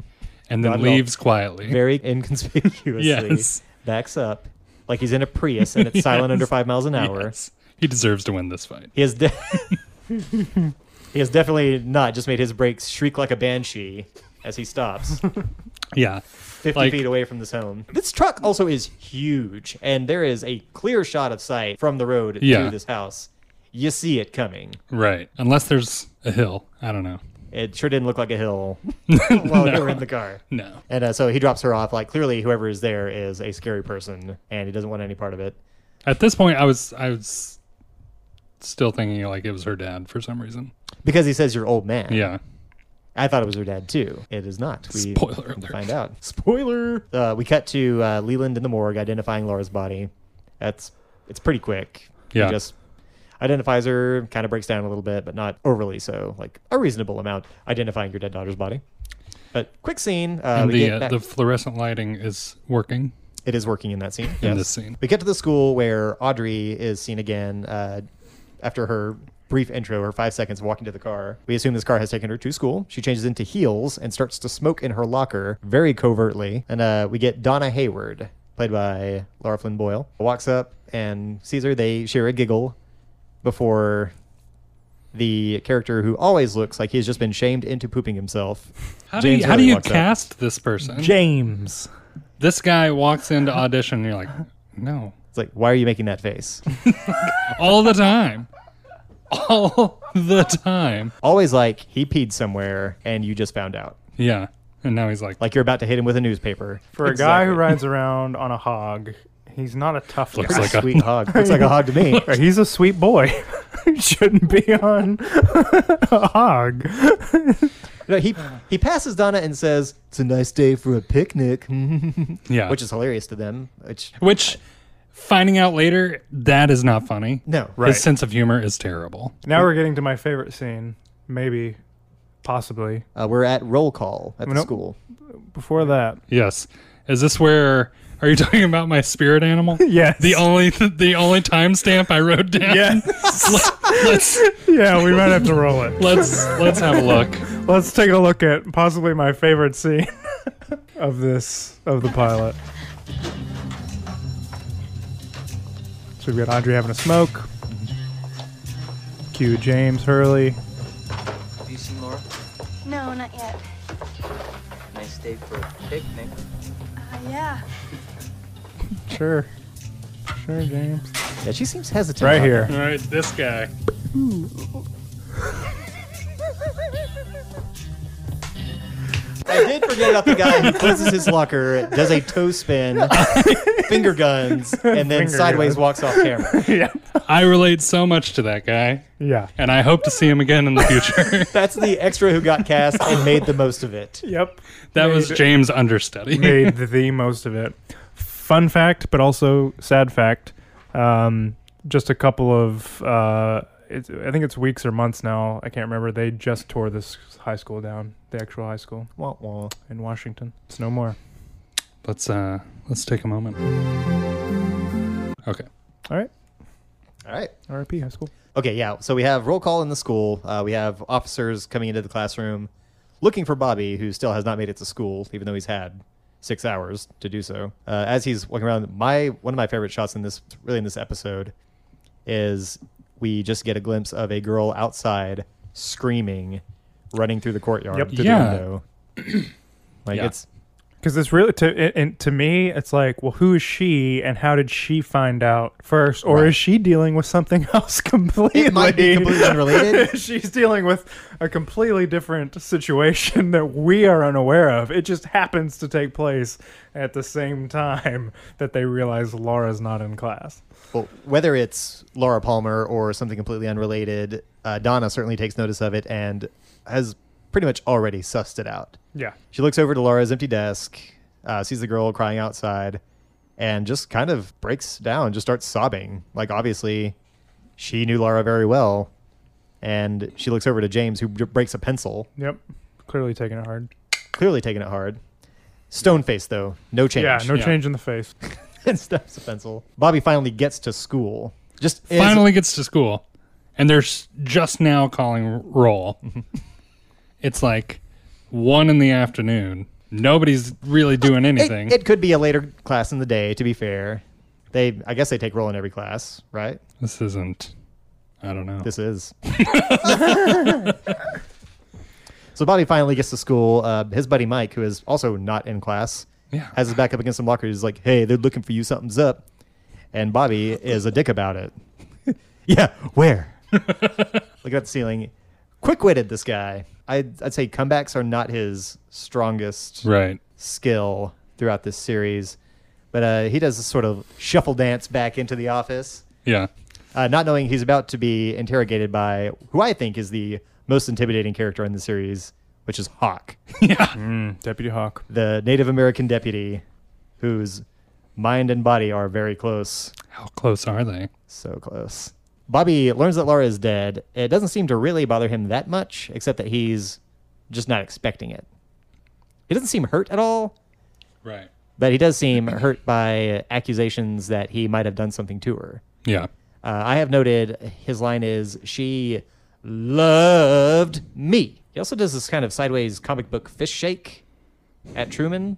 and Not then at all. leaves quietly. very inconspicuously Yes. backs up like he's in a Prius *laughs* and it's silent under five miles an hour. *laughs* Yes. He deserves to win this fight. He has de- *laughs* he has definitely not just made his brakes shriek like a banshee as he stops *laughs* Yeah. 50 Like- feet away from this home. This truck also is huge and there is a clear shot of sight from the road Yeah. to this house. You see it coming. Right. Unless there's a hill. I don't know. It sure didn't look like a *laughs* hill *laughs* while they were in the car. No. And uh, so he drops her off. Like clearly, whoever is there is a scary person, and he doesn't want any part of it. At this point I was I was still thinking like it was her dad for some reason. Because he says you're old man. Yeah. I thought it was her dad too. It is not. We Spoiler alert. find out. Spoiler. Uh, we cut to uh, Leland in the morgue identifying Laura's body. That's it's pretty quick. Yeah. He just identifies her, kind of breaks down a little bit, but not overly so. Like a reasonable amount identifying your dead daughter's body. But quick scene. Uh, and we the get uh, back- the fluorescent lighting is working it is working in that scene. in Yes. this scene. We get to the school where Audrey is seen again uh, after her brief intro, her five seconds of walking to the car. We assume this car has taken her to school. She changes into heels and starts to smoke in her locker very covertly. And uh, we get Donna Hayward, played by Laura Flynn Boyle, walks up and sees her. They share a giggle before the character who always looks like he's just been shamed into pooping himself. How do James you, how do Hurley you walks up. cast this person? James. this guy walks into audition and you're like, "No." It's like, why are you making that face? All the time. All the time. always like he peed somewhere and you just found out. Yeah. And now he's like, like you're about to hit him with a newspaper. For a guy who rides around on a hog, he's not a tough Looks guy. like a- sweet hog, looks like a hog to *laughs* me. he's a sweet boy. *laughs* He Shouldn't be on *laughs* a hog. No, he he passes Donna and says, "It's a nice day for a picnic," yeah. which is hilarious to them. Which Which, finding out later, that is not funny. no, Right. His sense of humor is terrible. Now we're getting to my favorite scene, maybe, possibly. uh, we're at roll call at the Nope. school. Before that, Yes. Is this where? Are you *laughs* talking about my spirit *laughs* animal? Yes. The only the only timestamp I wrote down. Let, *laughs* let's *laughs* yeah, we might have to roll it. let's let's have a look. Let's take a look at possibly my favorite scene *laughs* of this of the pilot. So we've got Audrey having a smoke. Cue James Hurley. Have you seen Laura? No, not yet. Nice day for a picnic. Uh, yeah. Sure. Sure, *laughs* James. Yeah, she seems hesitant. Right about here. All right, this guy. that. I did forget about the guy who closes his locker, does a toe spin, *laughs* finger guns, and then Finger sideways guns. walks off camera. yeah. I relate so much to that guy, Yeah. and I hope to see him again in the future. *laughs* *laughs* That's the extra who got cast and made the most of it. Yep. that was Made- James understudy. *laughs* *laughs* made the most of it. Fun fact, but also sad fact. Um, just a couple of, uh, it's, I think it's weeks or months now. I can't remember. They just tore this high school down, the actual high school Wah, wah. in Washington. It's no more. Let's uh let's take a moment. Okay. All right. All right. RIP high school. Okay, yeah. So we have roll call in the school. Uh, we have officers coming into the classroom looking for Bobby, who still has not made it to school, even though he's had six hours to do so. Uh, as he's walking around, my one of my favorite shots in this, really in this episode, is we just get a glimpse of a girl outside screaming, running through the courtyard Yep. to the Yeah. *clears throat* window. like Yeah. it's Because it's really to it, and to me, it's like, well, who is she, and how did she find out first, or is she dealing with something *laughs* else completely? it might be completely unrelated. *laughs* She's dealing with a completely different situation that we are unaware of. It just happens to take place at the same time that they realize Laura's not in class. Well, whether it's Laura Palmer or something completely unrelated, uh, Donna certainly takes notice of it and has pretty much already sussed it out. Yeah. She looks over to Laura's empty desk, uh, sees the girl crying outside, and just kind of breaks down, just starts sobbing. Like, obviously, she knew Laura very well. And she looks over to James, who j- breaks a pencil, Yep. Clearly taking it hard. clearly taking it hard. Stone face, though, no change. Yeah. *laughs* No Yeah. change in the face. and stabs a pencil. Bobby finally gets to school. Just is- Finally gets to school, and they're s- just now calling *laughs* roll. it's like one in the afternoon. Nobody's really doing It- anything. It, could be a later class in the day. To be fair, they I guess they take roll in every class, right? this isn't. I don't know. This is. *laughs* so Bobby finally gets to school. Uh, his buddy Mike, who is also not in class, Yeah. has his back up against some locker. He's like, "Hey, they're looking for you. Something's up." And Bobby is a dick about it. *laughs* yeah, where? *laughs* Look at the ceiling. Quick-witted, this guy. I'd, I'd say comebacks are not his strongest right. skill throughout this series. But uh, he does this sort of shuffle dance back into the office, *laughs* Yeah. uh, not knowing he's about to be interrogated by who I think is the most intimidating character in the series, which is Hawk, *laughs* Deputy Hawk. the Native American deputy whose mind and body are very close. How close are they? So close. Bobby learns that Laura is dead. It doesn't seem to really bother him that much, except that he's just not expecting it. He doesn't seem hurt at all, Right. but he does seem hurt by accusations that he might have done something to her. Yeah. *laughs* Uh, I have noted his line is she loved me. He also does this kind of sideways comic book fist shake at Truman,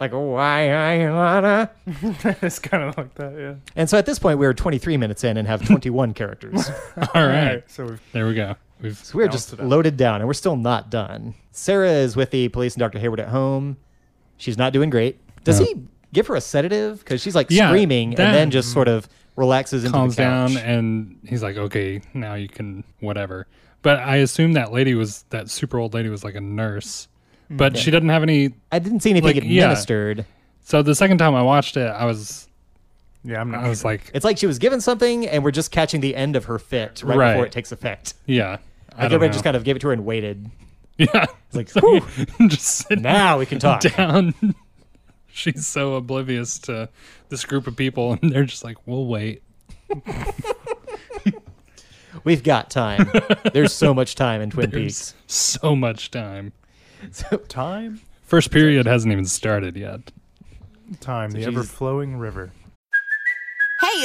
like why I wanna. *laughs* it's kind of like that. Yeah. And so at this point, we're 23 minutes in and have 21 characters. *laughs* All right. So we've There we go. We've So we're just loaded down, and we're still not done. Sarah is with the police and Dr. Hayward at home. She's not doing great. Does No. he give her a sedative? Because she's like Yeah, screaming that- and then just sort of relaxes into calms the couch. down and he's like, okay, now you can whatever. But I assume that lady was that super old lady was like a nurse, Mm, but she doesn't have any. I didn't see anything Like, yeah. administered. So the second time I watched it, I was yeah. I'm not. I was like, It's like she was given something, and we're just catching the end of her fit right, Right. before it takes effect. yeah, I Like don't everybody just know. kind of gave it to her and waited. *laughs* yeah, It's like, So "Whew, you- just sit now we can *laughs* talk. down. She's so oblivious to this group of people, *laughs* and they're just like, we'll wait. We've got *laughs* time. There's so much time in Twin There's Peaks. so much time. Time. First period hasn't even started yet. Time. the she's- ever flowing river. Hey,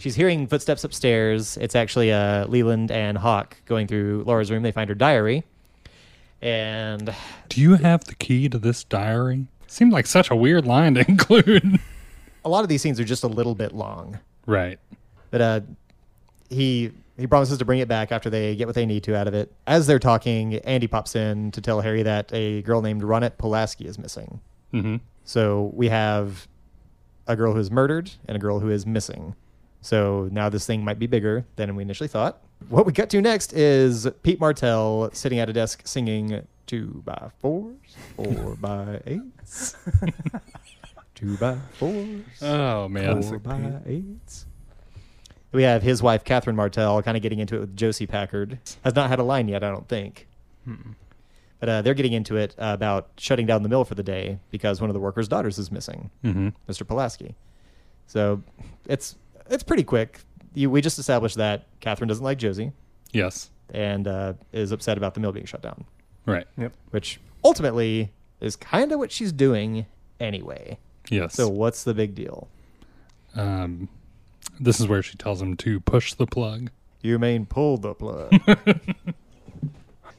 She's hearing footsteps upstairs. It's actually uh, Leland and Hawk going through Laura's room. They find her diary. And Do you have the key to this diary? Seemed like such a weird line to *laughs* include. a lot of these scenes are just a little bit long. right. But uh, he he promises to bring it back after they get what they need to out of it. As they're talking, Andy pops in to tell Harry that a girl named Ronette Pulaski is missing. Mm-hmm. So we have a girl who is murdered and a girl who is missing. So now this thing might be bigger than we initially thought. What we cut to next is Pete Martell sitting at a desk singing two by fours, four by eights, two by fours, Oh man. four by eights. We have his wife, Catherine Martell, kind of getting into it with Josie Packard. Has not had a line yet, I don't think. But uh, they're getting into it uh, about shutting down the mill for the day because one of the workers' daughters is missing, Mm-hmm. Mr. Pulaski. So it's it's pretty quick. You, we just established that Catherine doesn't like Josie Yes. and uh, is upset about the mill being shut down, Right. which ultimately is kind of what she's doing anyway. Yes. So what's the big deal? um, this is where she tells him to push the plug. You mean pull the plug?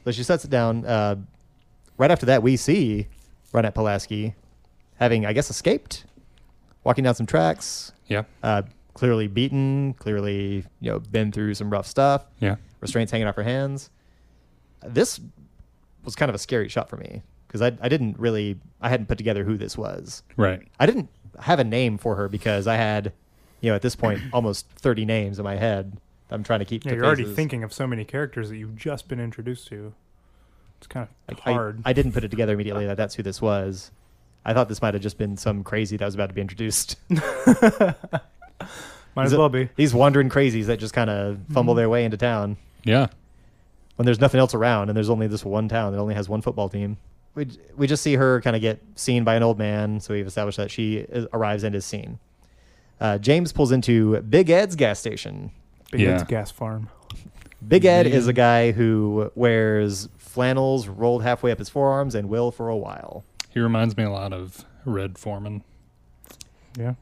so she sets it down. Uh, right after that, we see Ronette Pulaski having, I guess, escaped, walking down some tracks, Yeah. uh, clearly beaten, clearly you know been through some rough stuff, Yeah. restraints hanging off her hands. This was kind of a scary shot for me because I, I didn't really I hadn't put together who this was. Right. I didn't have a name for her because I had, you know, at this *clears throat* point almost thirty names in my head. I'm trying to keep. Yeah, to you're already faces. thinking of so many characters that you've just been introduced to. It's kind of I- hard. I, didn't put it together immediately that that's who this was. I thought this might have just been some crazy that was about to be *laughs* introduced. Might as well be. Mm-hmm. These wandering crazies that just kind of fumble their way into town Yeah. when there's nothing else around and there's only this one town that only has one football team. We, we just see her kind of get seen by an old man, so we've established that she is, arrives and is seen. Uh, James pulls into Big Ed's gas station. Big Yeah. Ed's gas farm. Big Ed Yeah. is a guy who wears flannels rolled halfway up his forearms and will for a while. He reminds me a lot of Red Foreman. Yeah.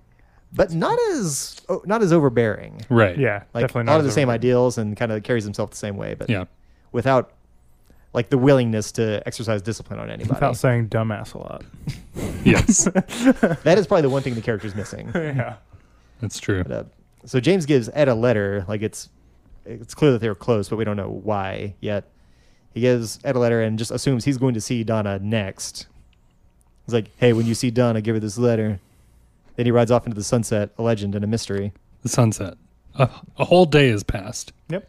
but not as oh, not as overbearing. Right. Yeah. Like definitely a not lot of the as same overbearing. ideals and kind of carries himself the same way, but *laughs* Yeah. without like the willingness to exercise discipline on anybody. Without saying dumbass a lot. Yes. that is probably the one thing the character's *laughs* missing. yeah. That's true. But, uh, so James gives Ed a letter. Like it's it's clear that they were close, but we don't know why yet. He gives Ed a letter and just assumes he's going to see Donna next. He's like, "Hey, when you see Donna, give her this letter." Then he rides off into the sunset, a legend and a mystery. The sunset. A, a whole day has passed. Yep.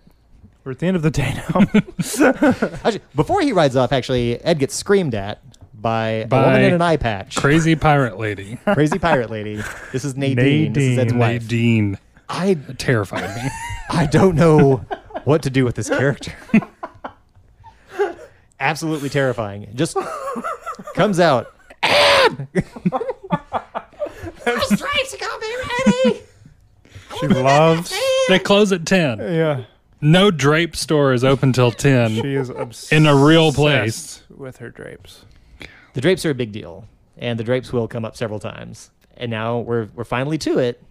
We're at the end of the day *laughs* now. Actually, before he rides off, actually, Ed gets screamed at by, a By woman in an eye patch. Crazy pirate lady. Crazy pirate lady. This *laughs* is Nadine. This is Ed's Nadine. wife. Nadine I, terrified me. I don't know what to do with this character. *laughs* Absolutely terrifying. Just comes out. she loves. they close at 10. Yeah. No drape store is open till 10. She is obsessed In a real place. with her drapes. The drapes are a big deal, and the drapes will come up several times. And now we're we're finally to it.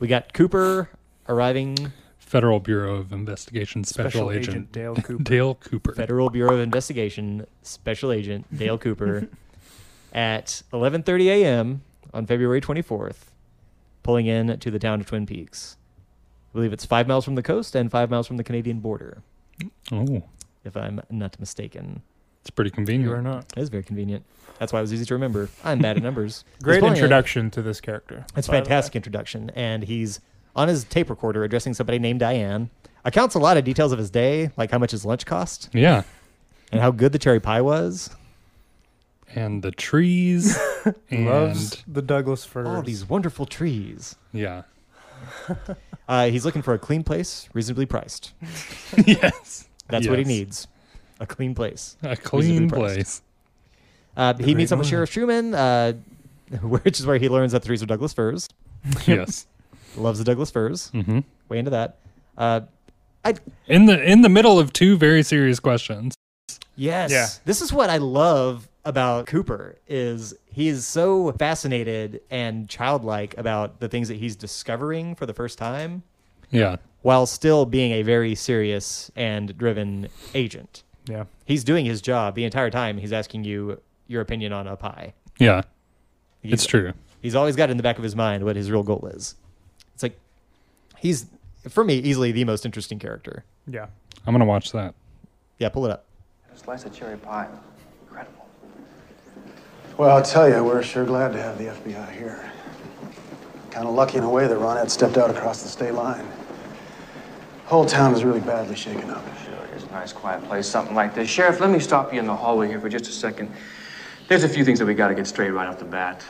We got Cooper arriving, Federal Bureau of Investigation Special, Agent, Dale Cooper. Dale Cooper. Federal Bureau of Investigation Special Agent Dale Cooper, at 11:30 a.m. on February 24th, pulling in to the town of Twin Peaks. I believe it's five miles from the coast and five miles from the Canadian border, Oh, if I'm not mistaken. it's pretty you are convenient. not. That is very convenient. That's why it was easy to remember. I'm bad at numbers. He's *laughs* Great pulling in. introduction to this character. It's a by the way. fantastic introduction, and he's on his tape recorder addressing somebody named Diane. Accounts a lot of details of his day, like how much his lunch cost Yeah. and how good the cherry pie was. And the trees. and *laughs* Loves the Douglas firs. All these wonderful trees. Yeah. *laughs* Uh, he's looking for a clean place, reasonably priced. yes. That's what he Yes. needs. A clean place. A clean priced. place. Uh, he great meets up with movie. Sheriff Truman, uh, *laughs* which is where he learns that the trees are Douglas firs. *laughs* yes. Loves the Douglas firs. hmm Way into that. Uh, I In the in the middle of two very serious questions. yes. Yeah. This is what I love about Cooper is he is so fascinated and childlike about the things that he's discovering for the first time, Yeah. while still being a very serious and driven agent. Yeah. he's doing his job the entire time. He's asking you your opinion on a pie. Yeah. He's, it's true. He's always got in the back of his mind what his real goal is. It's like he's for me easily the most interesting character. Yeah. I'm gonna watch that. Yeah, pull it up. Slice of cherry pie. Incredible. Well, I'll tell you, we're sure glad to have the FBI here. Kind of lucky in a way that Ronette stepped out across the state line. Whole town is really badly shaken up. Sure, it is a nice quiet place, something like this. Sheriff, let me stop you in the hallway here for just a second. There's a few things that we gotta get straight right off the bat.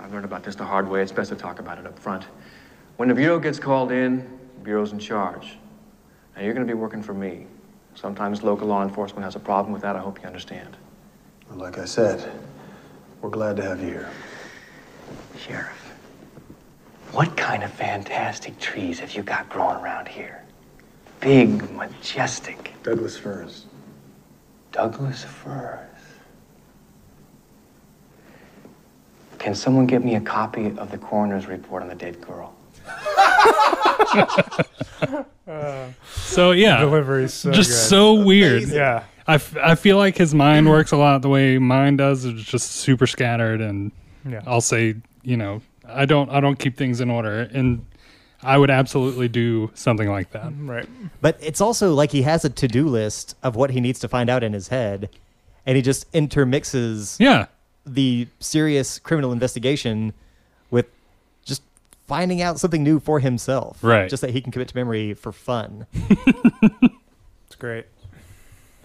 I learned about this the hard way. It's best to talk about it up front. When the Bureau gets called in, the Bureau's in charge. And you're going to be working for me. Sometimes local law enforcement has a problem with that. I hope you understand. Well, Like I said, we're glad to have you here. Sheriff, what kind of fantastic trees have you got growing around here? Big, majestic. Douglas firs. Douglas firs. Can someone get me a copy of the coroner's report on the dead girl? *laughs* So yeah, Delivery's so Uh, just good. so weird. Amazing. Yeah. I, f- I feel like his mind works a lot the way mine does. It's just super scattered, and Yeah. I'll say you know I don't I don't keep things in order, and I would absolutely do something like that. Right. But it's also like he has a to do list of what he needs to find out in his head, and he just intermixes yeah the serious criminal investigation with just finding out something new for himself, Right. Just that he can commit to memory for fun. It's great.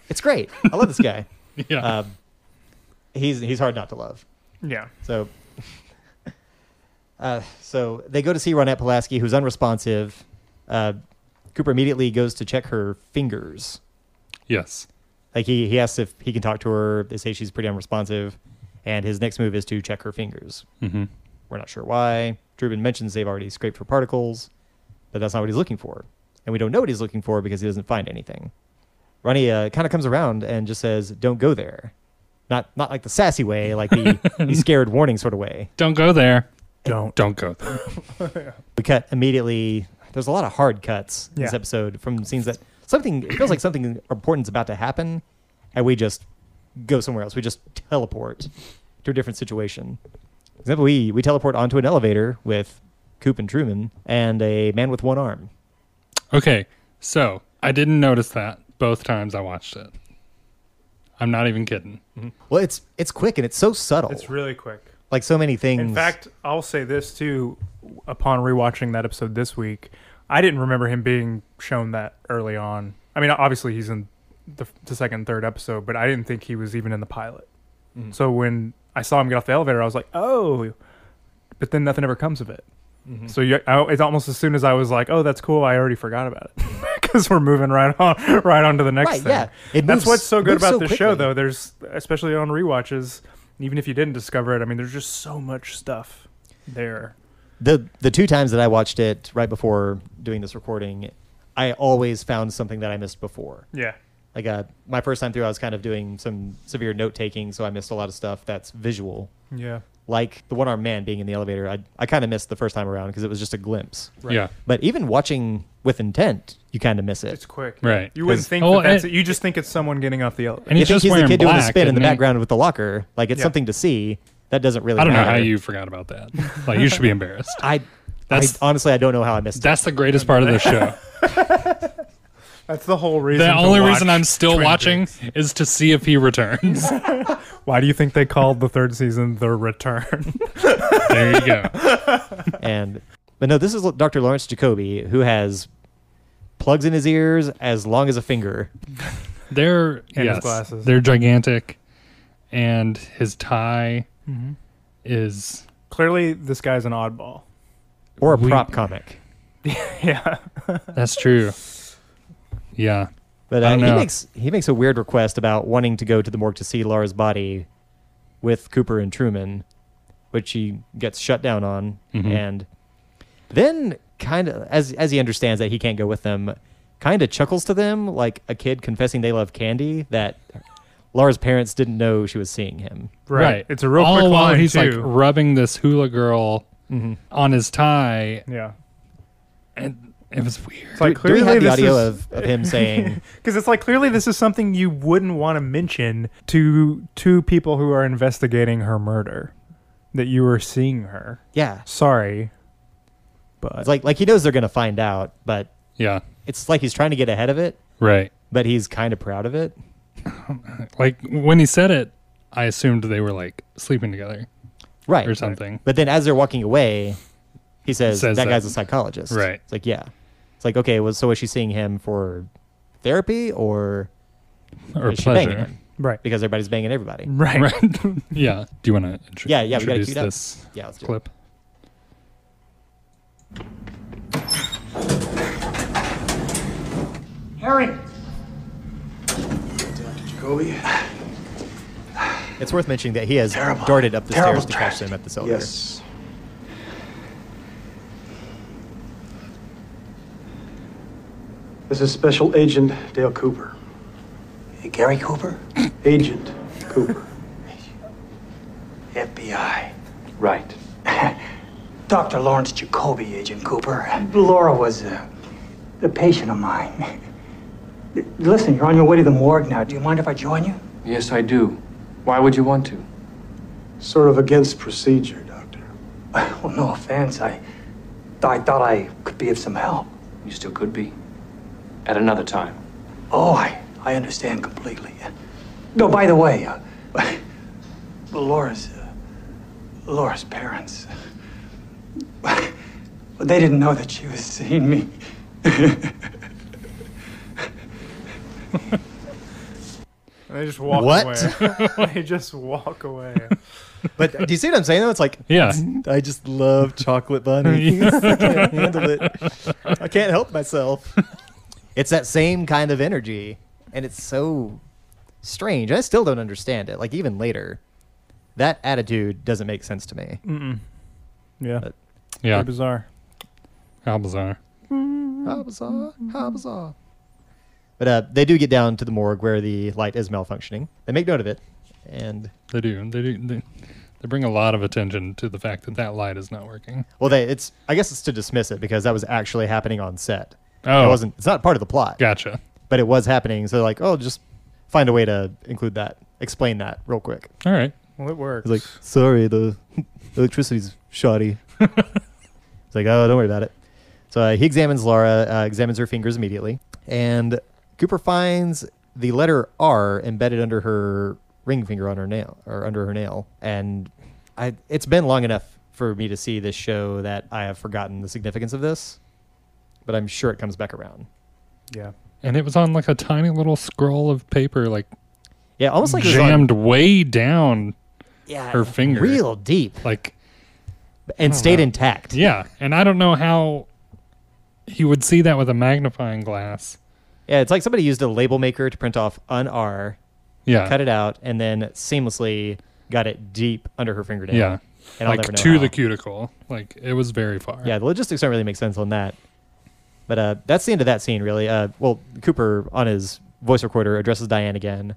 It's great. I love this *laughs* guy. Yeah. Um, he's he's hard not to love. Yeah. So, uh, so they go to see Ronette Pulaski, who's unresponsive. Uh, Cooper immediately goes to check her fingers. Yes. Like he, he asks if he can talk to her. They say she's pretty unresponsive, and his next move is to check her fingers. Mm-hmm. We're not sure why. Drubin mentions they've already scraped for particles, but that's not what he's looking for. And we don't know what he's looking for because he doesn't find anything. Ronnie uh, kind of comes around and just says, "Don't go there," not not like the sassy way, like the, the scared warning sort of way. Don't go there. Don't. Don't go there. We cut immediately. There's a lot of hard cuts in this Yeah. episode from scenes that something it feels like something important's about to happen, and we just go somewhere else. We just teleport to a different situation. For example, we we teleport onto an elevator with Coop and Truman and a man with one arm. Okay, so I didn't notice that both times I watched it. I'm not even kidding. Well, it's it's quick and it's so subtle. It's really quick. like so many things. In fact, I'll say this too. Upon rewatching that episode this week, I didn't remember him being shown that early on. I mean, obviously he's in the, the second, third episode, but I didn't think he was even in the pilot. So when I saw him get off the elevator, I was like, oh. But then nothing ever comes of it. So you, I, it's almost as soon as I was like, "Oh, that's cool," I already forgot about it *laughs* because we're moving right on, *laughs* right on to the next Right, thing. yeah. It that's moves- what's so it good moves about so this show, quickly. though. There's especially on rewatches, even if you didn't discover it. I mean, there's just so much stuff there. the the two times that I watched it right before doing this recording, I always found something that I missed before. Yeah, like uh, my first time through, I was kind of doing some severe note taking, so I missed a lot of stuff that's visual, yeah, like the one armed man being in the elevator. I I kind of missed the first time around because it was just a glimpse. Right. Yeah. But even watching with intent, you kind of miss it. it's quick. Right. You wouldn't 'Cause- think Oh, that that's and- it. You just think it's someone getting off the elevator. And you he's think just he's the wearing kid doing the black, spin in the isn't he? background with the locker, like it's Yeah. something to see. That doesn't really. I don't know how matter. you forgot about that. Like you should *laughs* be embarrassed. I. That's- I, honestly, I don't know how I missed That's the greatest part of the show. That's the whole reason. The to only watch reason I'm still Twin watching Peaks. is to see if he returns. *laughs* Why do you think they called the third season the return? there you go. and but no, this is Dr. Lawrence Jacoby who has plugs in his ears as long as a finger. They're his yes, glasses. they're gigantic, and his tie Mm-hmm. is *laughs* Clearly, this guy's an oddball. Or a We- prop comic. *laughs* Yeah. that's true. Yeah, But I uh, don't he know. makes he makes a weird request about wanting to go to the morgue to see Laura's body with Cooper and Truman, which he gets shut down on, Mm-hmm. and then kind of as as he understands that he can't go with them, kind of chuckles to them like a kid confessing they love candy that Laura's parents didn't know she was seeing him. Right. It's a real All quick while line he's like too. Mm-hmm. rubbing this hula girl on his tie, yeah. and it was weird. It's like Do we clearly have the this audio is of, of *laughs* him saying because it's like clearly this is something you wouldn't want to mention to two people who are investigating her murder that you were seeing her. Yeah. Sorry, but It's like like he knows they're gonna find out, but Yeah, it's like he's trying to get ahead of it, right. but he's kind of proud of it. Like when he said it, I assumed they were like sleeping together Right. or something. But then as they're walking away, he says, Says that, that. guy's a psychologist. Right. It's like, yeah. It's like, okay, well, so is she seeing him for therapy or, Or is she banging pleasure. him? right, Because everybody's banging everybody. right. Right. *laughs* yeah. Do you want to Yeah, yeah, we gotta introduce cue it up. this Yeah, let's do it. clip? Harry! Jacoby? It's worth mentioning that he has darted up the Terrible stairs to catch them at this elevator. Yes. This is Special Agent Dale Cooper. Gary Cooper? Agent *laughs* Cooper. FBI. *laughs* Right. Dr. Lawrence Jacoby, Agent Cooper. Laura was a, a patient of mine. *laughs* Listen, you're on your way to the morgue now. Do you mind if I join you? Yes, I do. Why would you want to? Sort of against procedure, Well, Oh, no offense. I, I thought I could be of some help. You still could be. At another time. Oh, I, I understand completely. No, by the way, uh, *laughs* Laura's, uh, Laura's parents, *laughs* they didn't know that she was seeing me. *laughs* And they just walk What? away. *laughs* they just *laughs* walk away. But do you see what I'm saying? Though it's like, Yeah. *laughs* I just love chocolate bunnies. I can't handle it. I can't help myself. It's that same kind of energy, and it's so strange. I still don't understand it. Like even later, that attitude doesn't make sense to me. Mm-mm. Yeah. Yeah. Very bizarre. How bizarre. How bizarre! How bizarre! But uh, they do get down to the morgue where the light is malfunctioning. They make note of it, and They do. They do. They, they bring a lot of attention to the fact that that light is not working. well, they it's I guess it's to dismiss it because that was actually happening on set. Oh. it wasn't. It's not part of the plot. Gotcha. but it was happening. So they're like, oh, just find a way to include that, explain that real quick. All right. Well, it works. He's like, sorry, the *laughs* electricity's shoddy. It's like, oh, don't worry about it. So uh, he examines Laura, uh, examines her fingers immediately, and Cooper finds the letter R embedded under her ring finger on her nail or under her nail. And I, it's been long enough for me to see this show that I have forgotten the significance of this, but I'm sure it comes back around. Yeah. And it was on like a tiny little scroll of paper, like yeah, almost like it was on- jammed way down her finger, real deep, like and don't stayed know. intact. Yeah, and I don't know how he would see that with a magnifying glass. Yeah, it's like somebody used a label maker to print off an R, Yeah. cut it out, and then seamlessly got it deep under her fingernail. Yeah, and I'll like never know to how. the cuticle. Like it was very far. Yeah, the logistics don't really make sense on that. But uh, that's the end of that scene, really. Uh, well, Cooper on his voice recorder addresses Diane again.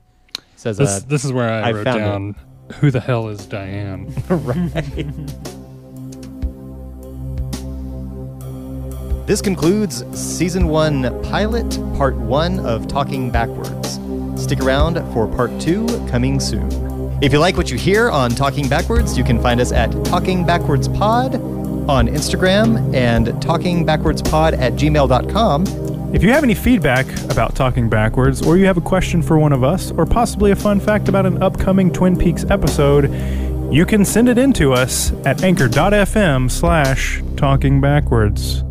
Says, This, uh, this is where I, "I wrote found it." down who the hell is Diane. *laughs* This concludes season one pilot, part one of Talking Backwards. Stick around for part two coming soon. If you like what you hear on Talking Backwards, you can find us at Talking Backwards Pod on Instagram and Talking Backwards Pod at gmail.com. If you have any feedback about Talking Backwards, or you have a question for one of us, or possibly a fun fact about an upcoming Twin Peaks episode, you can send it in to us at anchor.fm slash talking backwards.